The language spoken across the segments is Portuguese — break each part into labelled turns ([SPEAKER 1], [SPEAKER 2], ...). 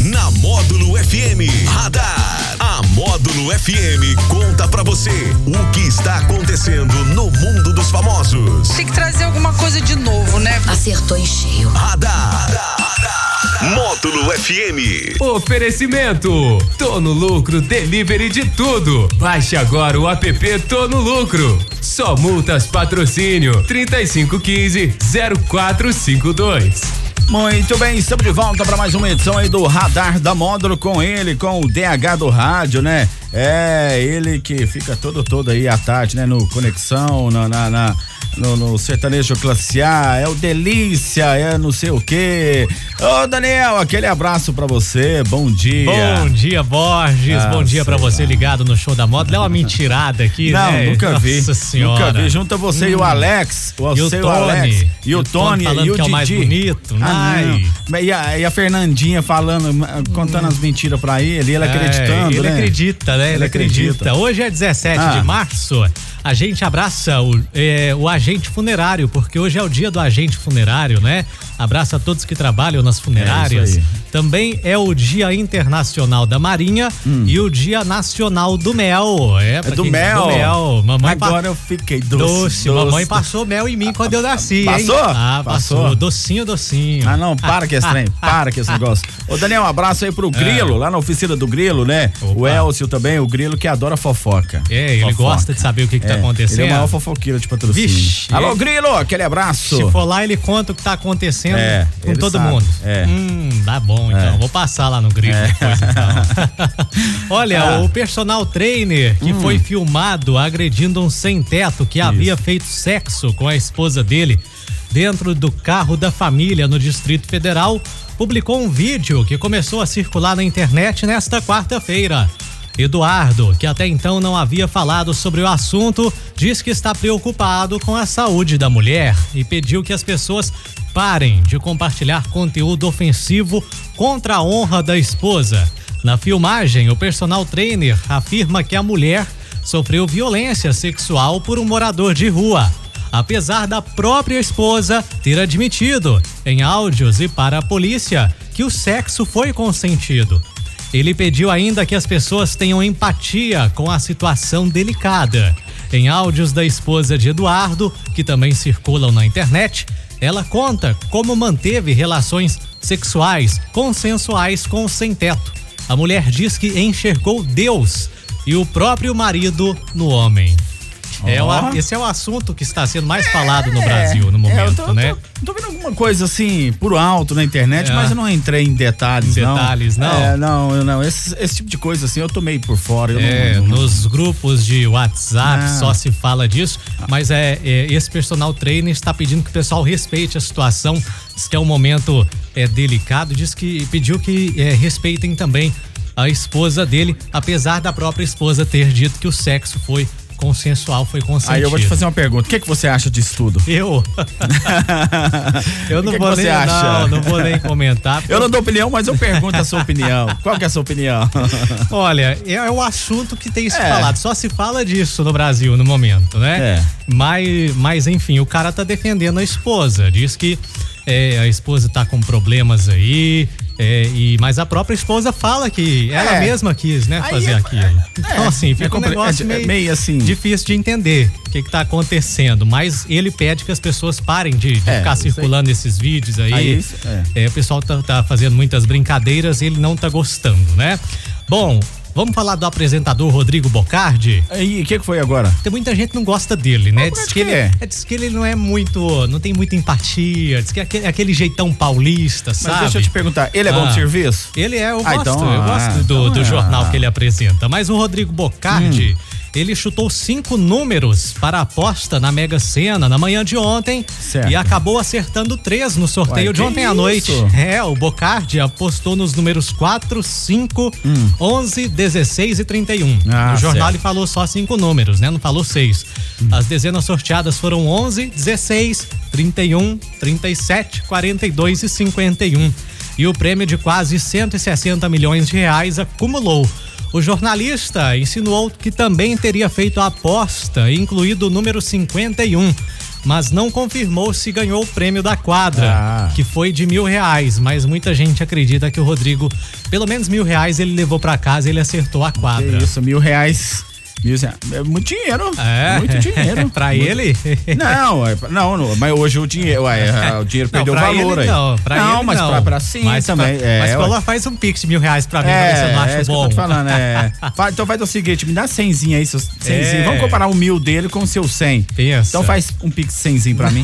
[SPEAKER 1] Na Módulo FM Radar. A Módulo FM conta pra você o que está acontecendo no mundo dos famosos.
[SPEAKER 2] Tem que trazer alguma coisa de novo, né?
[SPEAKER 3] Acertou em cheio.
[SPEAKER 1] Radar. Módulo FM.
[SPEAKER 4] Oferecimento: Tô no lucro, delivery de tudo. Baixe agora o app Tô no lucro. Só multas patrocínio 3515 0452.
[SPEAKER 5] Muito bem, estamos de volta para mais uma edição aí do Radar da Módulo com ele, com o DH do rádio, né? É, ele que fica todo todo aí à tarde, né? No Conexão, na, na- na- no, no Sertanejo Classe A, é o Delícia, é não sei o quê. Ô, Daniel, aquele abraço para você, bom dia.
[SPEAKER 6] Bom dia, Borges.
[SPEAKER 5] Ah,
[SPEAKER 6] Bom dia pra
[SPEAKER 5] sei
[SPEAKER 6] você
[SPEAKER 5] lá.
[SPEAKER 6] ligado no show da moda. Dá uma mentirada aqui,
[SPEAKER 5] Não,
[SPEAKER 6] né?
[SPEAKER 5] nunca
[SPEAKER 6] Nossa
[SPEAKER 5] vi.
[SPEAKER 6] senhora. Hum.
[SPEAKER 5] Nunca vi. Junta você e o Alex. O,
[SPEAKER 6] E o
[SPEAKER 5] você e o
[SPEAKER 6] Tony.
[SPEAKER 5] Alex. E o Tony.
[SPEAKER 6] falando
[SPEAKER 5] E o
[SPEAKER 6] que é o mais
[SPEAKER 5] Didi.
[SPEAKER 6] bonito.
[SPEAKER 5] Ah,
[SPEAKER 6] Ai.
[SPEAKER 5] não. E a, e a Fernandinha falando, contando as mentiras pra ele, ele acreditando,
[SPEAKER 6] Hum. É, ele
[SPEAKER 5] né?
[SPEAKER 6] acredita, né? Ele,
[SPEAKER 5] Ele
[SPEAKER 6] acredita.
[SPEAKER 5] acredita.
[SPEAKER 6] Hoje é 17
[SPEAKER 5] Ah.
[SPEAKER 6] de março. A gente abraça o, é, o agente funerário, porque hoje é o dia do agente funerário, né? Abraça todos que trabalham nas funerárias.
[SPEAKER 5] aí.
[SPEAKER 6] Também é o Dia Internacional da Marinha e o Dia Nacional do Mel. É, pra
[SPEAKER 5] Hum. É do
[SPEAKER 6] quem-
[SPEAKER 5] mel.
[SPEAKER 6] Do mel. Mamãe pa-
[SPEAKER 5] Agora eu fiquei doce.
[SPEAKER 6] Doce, mamãe passou mel em mim quando eu nasci, hein?
[SPEAKER 5] Passou?
[SPEAKER 6] Ah, passou.
[SPEAKER 5] Passou.
[SPEAKER 6] Docinho, docinho.
[SPEAKER 5] Ah, não, para que esse trem, para que esse negócio. Ô, Daniel, um abraço aí pro Grilo, lá na oficina do Grilo, né? O
[SPEAKER 6] É. Opa.
[SPEAKER 5] Elcio também, o Grilo que adora fofoca.
[SPEAKER 6] É, ele
[SPEAKER 5] Fofoca.
[SPEAKER 6] gosta de saber o que, que tá
[SPEAKER 5] É,
[SPEAKER 6] acontecendo.
[SPEAKER 5] Ele é o maior fofoqueiro de patrocínio.
[SPEAKER 6] Vixe.
[SPEAKER 5] Alô, Grilo, aquele abraço.
[SPEAKER 6] Se for lá, ele conta o que tá acontecendo
[SPEAKER 5] É,
[SPEAKER 6] com
[SPEAKER 5] ele
[SPEAKER 6] todo
[SPEAKER 5] sabe,
[SPEAKER 6] mundo.
[SPEAKER 5] é.
[SPEAKER 6] Hum, tá bom, então. Vou passar lá no grilo depois, então. Olha,
[SPEAKER 5] Ah.
[SPEAKER 6] o personal trainer que foi filmado agredindo um sem-teto que havia feito sexo com a esposa dele dentro do carro da família no Distrito Federal publicou um vídeo que começou a circular na internet nesta quarta-feira. Eduardo, que até então não havia falado sobre o assunto, diz que está preocupado com a saúde da mulher e pediu que as pessoas parem de compartilhar conteúdo ofensivo contra a honra da esposa. Na filmagem, o personal trainer afirma que a mulher sofreu violência sexual por um morador de rua apesar da própria esposa ter admitido, em áudios e para a polícia, que o sexo foi consentido. Ele pediu ainda que as pessoas tenham empatia com a situação delicada. Em áudios da esposa de Eduardo, que também circulam na internet, ela conta como manteve relações sexuais consensuais com o sem-teto. A mulher diz que enxergou Deus e o próprio marido no homem. É o a- esse é o assunto que está sendo mais falado no Brasil no
[SPEAKER 5] É, eu
[SPEAKER 6] momento,
[SPEAKER 5] tô,
[SPEAKER 6] né?
[SPEAKER 5] Tô, tô vendo alguma coisa assim, por alto na internet,
[SPEAKER 6] É.
[SPEAKER 5] mas eu não entrei em detalhes,
[SPEAKER 6] Em
[SPEAKER 5] não.
[SPEAKER 6] detalhes, não?
[SPEAKER 5] É, não, eu não. Esse, esse tipo de coisa, assim, eu tomei por fora. Eu
[SPEAKER 6] É,
[SPEAKER 5] não, não-
[SPEAKER 6] nos grupos de WhatsApp
[SPEAKER 5] Ah.
[SPEAKER 6] só se fala disso, mas é, é, esse personal trainer está pedindo que o pessoal respeite a situação, diz que é um momento é, delicado, diz que pediu que é, respeitem também a esposa dele, apesar da própria esposa ter dito que o sexo foi consensual, foi consentido.
[SPEAKER 5] Aí eu vou te fazer uma pergunta. O que, que você acha disso tudo?
[SPEAKER 6] Eu? eu
[SPEAKER 5] O
[SPEAKER 6] não
[SPEAKER 5] que que
[SPEAKER 6] vou
[SPEAKER 5] você
[SPEAKER 6] nem,
[SPEAKER 5] acha?
[SPEAKER 6] não, não vou nem comentar.
[SPEAKER 5] Eu não dou opinião, mas eu pergunto a sua opinião. Qual que é a sua opinião?
[SPEAKER 6] Olha, é o assunto que tem se
[SPEAKER 5] É.
[SPEAKER 6] falado. Só se fala disso no Brasil no momento, né?
[SPEAKER 5] É.
[SPEAKER 6] Mas, mas enfim, o cara tá defendendo a esposa. Diz que é, a esposa tá com problemas aí. é, e, mas a própria esposa fala que ela
[SPEAKER 5] É.
[SPEAKER 6] mesma quis, né,
[SPEAKER 5] Aí
[SPEAKER 6] fazer
[SPEAKER 5] é-
[SPEAKER 6] aquilo. então, assim,
[SPEAKER 5] é
[SPEAKER 6] fica um
[SPEAKER 5] compre-
[SPEAKER 6] negócio
[SPEAKER 5] é de- é
[SPEAKER 6] meio,
[SPEAKER 5] meio assim.
[SPEAKER 6] difícil de entender o que, que tá acontecendo. Mas ele pede que as pessoas parem de, de
[SPEAKER 5] É,
[SPEAKER 6] ficar
[SPEAKER 5] isso aí.
[SPEAKER 6] circulando esses vídeos aí.
[SPEAKER 5] Aí isso- é.
[SPEAKER 6] É, o pessoal tá, tá fazendo muitas brincadeiras e ele não tá gostando, né? Bom, vamos falar do apresentador Rodrigo Bocardi?
[SPEAKER 5] E o que, que foi agora?
[SPEAKER 6] Tem muita gente que não gosta dele, né?
[SPEAKER 5] Mas por
[SPEAKER 6] Diz
[SPEAKER 5] que
[SPEAKER 6] que, ele,
[SPEAKER 5] é?
[SPEAKER 6] é, diz que ele não é muito. não tem muita empatia, diz que é aquele, é aquele jeitão paulista,
[SPEAKER 5] Mas
[SPEAKER 6] sabe?
[SPEAKER 5] deixa eu te perguntar, ele é bom de
[SPEAKER 6] Ah.
[SPEAKER 5] serviço?
[SPEAKER 6] Ele é, eu
[SPEAKER 5] Ah,
[SPEAKER 6] gosto,
[SPEAKER 5] então,
[SPEAKER 6] eu
[SPEAKER 5] ah,
[SPEAKER 6] gosto do,
[SPEAKER 5] então
[SPEAKER 6] do
[SPEAKER 5] é. Hum.
[SPEAKER 6] jornal que ele apresenta. Mas o Rodrigo Bocardi, ele chutou cinco números para a aposta na Mega Sena na manhã de ontem
[SPEAKER 5] Certo.
[SPEAKER 6] e acabou acertando três no sorteio
[SPEAKER 5] Ué,
[SPEAKER 6] de
[SPEAKER 5] que
[SPEAKER 6] ontem à noite.
[SPEAKER 5] isso?
[SPEAKER 6] É, o Bocardi apostou nos números 4, 5, 11, 16 e 31.
[SPEAKER 5] Hum. Ah,
[SPEAKER 6] no jornal
[SPEAKER 5] certo.
[SPEAKER 6] ele falou só cinco números, né? Não falou seis. As dezenas sorteadas foram 11, 16, 31, 37, 42 e 51. E o prêmio de quase 160 milhões de reais acumulou. O jornalista insinuou que também teria feito a aposta, incluído o número 51. mas não confirmou se ganhou o prêmio da quadra,
[SPEAKER 5] Ah.
[SPEAKER 6] que foi de mil reais. Mas muita gente acredita que o Rodrigo, pelo menos mil reais, ele levou pra casa e ele acertou a
[SPEAKER 5] Que
[SPEAKER 6] quadra.
[SPEAKER 5] isso, mil reais. Mil reais. É muito dinheiro.
[SPEAKER 6] É.
[SPEAKER 5] Muito dinheiro.
[SPEAKER 6] pra
[SPEAKER 5] Muito-
[SPEAKER 6] ele?
[SPEAKER 5] Não, é pra- não, não, mas hoje o dinheiro, ué, é, o dinheiro
[SPEAKER 6] Não,
[SPEAKER 5] perdeu o
[SPEAKER 6] pra
[SPEAKER 5] valor
[SPEAKER 6] ele
[SPEAKER 5] aí.
[SPEAKER 6] Não, pra ele
[SPEAKER 5] mas
[SPEAKER 6] não.
[SPEAKER 5] pra, pra sim
[SPEAKER 6] mas
[SPEAKER 5] também.
[SPEAKER 6] Pra,
[SPEAKER 5] é,
[SPEAKER 6] mas
[SPEAKER 5] ué.
[SPEAKER 6] coloca, faz um pix de mil reais pra mim, pra ver se eu não
[SPEAKER 5] é,
[SPEAKER 6] acho
[SPEAKER 5] é isso que eu
[SPEAKER 6] bom.
[SPEAKER 5] tô te falando, é. Fala, então faz o seguinte, me dá 100 aí, seus 100
[SPEAKER 6] É.
[SPEAKER 5] Vamos comparar o mil dele com o seu 100.
[SPEAKER 6] Pensa.
[SPEAKER 5] Então faz um pix 100 pra mim.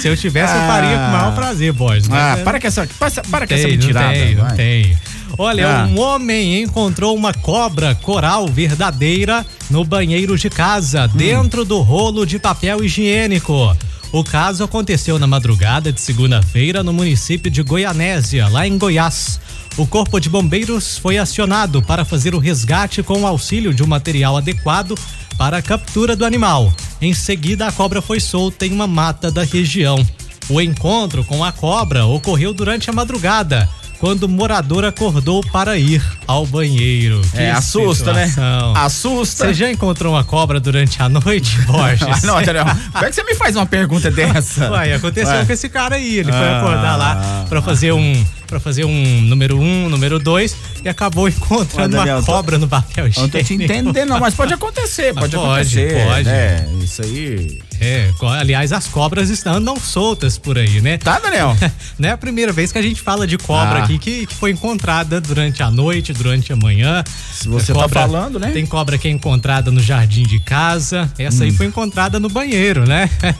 [SPEAKER 6] Se eu tivesse, eu
[SPEAKER 5] Ah.
[SPEAKER 6] faria com o maior prazer, boys. né?
[SPEAKER 5] ah,
[SPEAKER 6] Mas-
[SPEAKER 5] para com essa, passa- para com essa
[SPEAKER 6] Tem,
[SPEAKER 5] mentirada.
[SPEAKER 6] Não tem, não
[SPEAKER 5] vai.
[SPEAKER 6] tem. Olha,
[SPEAKER 5] Ah.
[SPEAKER 6] um homem encontrou uma cobra coral verdadeira no banheiro de casa,
[SPEAKER 5] Hum.
[SPEAKER 6] dentro do rolo de papel higiênico. O caso aconteceu na madrugada de segunda-feira no município de Goianésia, lá em Goiás. O Corpo de Bombeiros foi acionado para fazer o resgate com o auxílio de um material adequado para a captura do animal. Em seguida, a cobra foi solta em uma mata da região. O encontro com a cobra ocorreu durante a madrugada, quando o morador acordou para ir ao banheiro. Que
[SPEAKER 5] É, assusta, né?
[SPEAKER 6] situação.
[SPEAKER 5] Assusta.
[SPEAKER 6] Você já encontrou uma cobra durante a noite,
[SPEAKER 5] Ah,
[SPEAKER 6] Borges?
[SPEAKER 5] não, Daniel, como é que você me faz uma pergunta dessa?
[SPEAKER 6] Uai, aconteceu
[SPEAKER 5] Ué.
[SPEAKER 6] com esse cara aí. Ele foi
[SPEAKER 5] Ah.
[SPEAKER 6] acordar lá pra fazer um. para fazer um número um, número dois, e acabou encontrando
[SPEAKER 5] Ué, Daniel, eu
[SPEAKER 6] uma
[SPEAKER 5] tô-
[SPEAKER 6] cobra no papel
[SPEAKER 5] Eu não tô te
[SPEAKER 6] higiênico.
[SPEAKER 5] entendendo, não, mas pode acontecer,
[SPEAKER 6] Mas
[SPEAKER 5] pode,
[SPEAKER 6] pode,
[SPEAKER 5] acontecer.
[SPEAKER 6] pode.
[SPEAKER 5] né? Isso aí.
[SPEAKER 6] É, co- aliás, as cobras estão andam soltas por aí, né?
[SPEAKER 5] Tá, Daniel?
[SPEAKER 6] Não é a primeira vez que a gente fala de cobra
[SPEAKER 5] Ah.
[SPEAKER 6] aqui que, que foi encontrada durante a noite, durante a manhã.
[SPEAKER 5] Se você tá falando, né?
[SPEAKER 6] Tem cobra que é encontrada no jardim de casa. Essa aí foi encontrada no banheiro, né?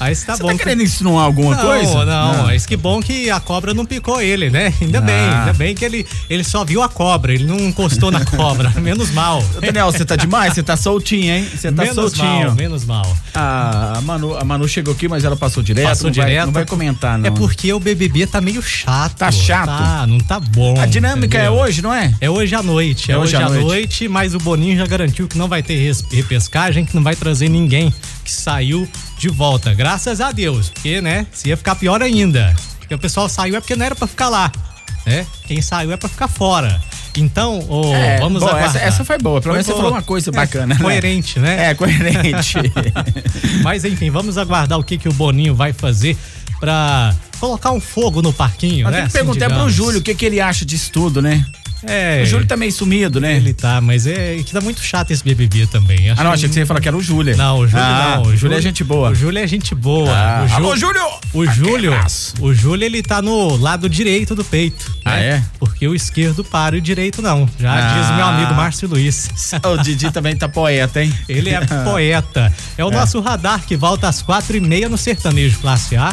[SPEAKER 6] Aí está
[SPEAKER 5] Hum. você
[SPEAKER 6] bom.
[SPEAKER 5] tá
[SPEAKER 6] que-
[SPEAKER 5] querendo insinuar alguma
[SPEAKER 6] não,
[SPEAKER 5] coisa?
[SPEAKER 6] não, mas que bom que a cobra não picou ele, né? Ainda bem,
[SPEAKER 5] Ah.
[SPEAKER 6] ainda bem que ele, ele só viu a cobra, ele não encostou na cobra, menos mal.
[SPEAKER 5] Ô, Daniel, você tá demais? Você tá soltinho, hein? Você tá
[SPEAKER 6] menos
[SPEAKER 5] soltinho. Ah,
[SPEAKER 6] mal, menos mal.
[SPEAKER 5] A, a Manu, a Manu chegou aqui, mas ela passou direto.
[SPEAKER 6] Passou
[SPEAKER 5] não vai-
[SPEAKER 6] direto.
[SPEAKER 5] não vai comentar, não.
[SPEAKER 6] É porque o BBB tá meio chato.
[SPEAKER 5] Tá chato.
[SPEAKER 6] Tá, não tá bom.
[SPEAKER 5] A dinâmica
[SPEAKER 6] entendeu?
[SPEAKER 5] é hoje, não é?
[SPEAKER 6] É hoje à noite, é, hoje, à noite. mas o Boninho já garantiu que não vai ter res- repescagem, que não vai trazer ninguém que saiu de volta. Graças a Deus, porque, né, se ia ficar pior ainda. Porque o pessoal saiu é porque não era pra ficar lá, né? Quem saiu é pra ficar fora. Então, ô,
[SPEAKER 5] É,
[SPEAKER 6] vamos
[SPEAKER 5] bom,
[SPEAKER 6] aguardar.
[SPEAKER 5] essa, essa foi boa. Pelo
[SPEAKER 6] Foi
[SPEAKER 5] menos você
[SPEAKER 6] boa.
[SPEAKER 5] falou uma coisa
[SPEAKER 6] É,
[SPEAKER 5] bacana. né?
[SPEAKER 6] Coerente, né?
[SPEAKER 5] É, coerente.
[SPEAKER 6] Mas enfim, vamos aguardar o que, que o Boninho vai fazer pra colocar um fogo no parquinho,
[SPEAKER 5] Mas
[SPEAKER 6] né?
[SPEAKER 5] tem que
[SPEAKER 6] Assim,
[SPEAKER 5] perguntar pro
[SPEAKER 6] digamos.
[SPEAKER 5] Júlio o que, que ele acha disso tudo, né?
[SPEAKER 6] É,
[SPEAKER 5] O Júlio tá meio sumido, né?
[SPEAKER 6] ele tá, mas é que tá muito chato esse BBB também. Acho
[SPEAKER 5] Ah, não, achei que você ia falar que era o Júlio.
[SPEAKER 6] Não, o Júlio
[SPEAKER 5] Ah,
[SPEAKER 6] não.
[SPEAKER 5] O Júlio é gente boa.
[SPEAKER 6] O Júlio é gente boa.
[SPEAKER 5] Ah,
[SPEAKER 6] o Jú-
[SPEAKER 5] alô, Júlio!
[SPEAKER 6] O Júlio,
[SPEAKER 5] Aquelaço.
[SPEAKER 6] o Júlio, ele tá no lado direito do peito.
[SPEAKER 5] Ah,
[SPEAKER 6] né?
[SPEAKER 5] é?
[SPEAKER 6] Porque o esquerdo para e o direito não. Já
[SPEAKER 5] Ah.
[SPEAKER 6] diz o meu amigo Márcio Luiz.
[SPEAKER 5] O Didi também tá poeta, hein?
[SPEAKER 6] Ele é poeta. É o nosso radar que volta às quatro e meia no Sertanejo Classe A.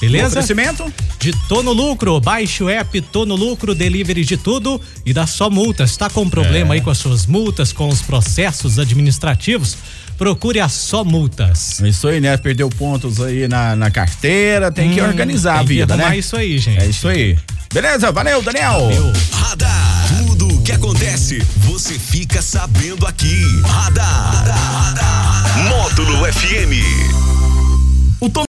[SPEAKER 6] Beleza?
[SPEAKER 5] Oferecimento?
[SPEAKER 6] De Tô no Lucro, baixe o app Tô no Lucro, delivery de tudo e dá só multas. Tá com
[SPEAKER 5] É.
[SPEAKER 6] problema aí com as suas multas, com os processos administrativos? Procure a Só Multas.
[SPEAKER 5] Isso aí, né? Perdeu pontos aí na, na carteira, tem que organizar a
[SPEAKER 6] Hum, Tem que
[SPEAKER 5] vida,
[SPEAKER 6] arrumar
[SPEAKER 5] né?
[SPEAKER 6] isso aí, gente.
[SPEAKER 5] É isso aí. Beleza, valeu, Daniel.
[SPEAKER 1] Radar. Tudo o que acontece, você fica sabendo aqui. Radar. Módulo FM.
[SPEAKER 5] O Tom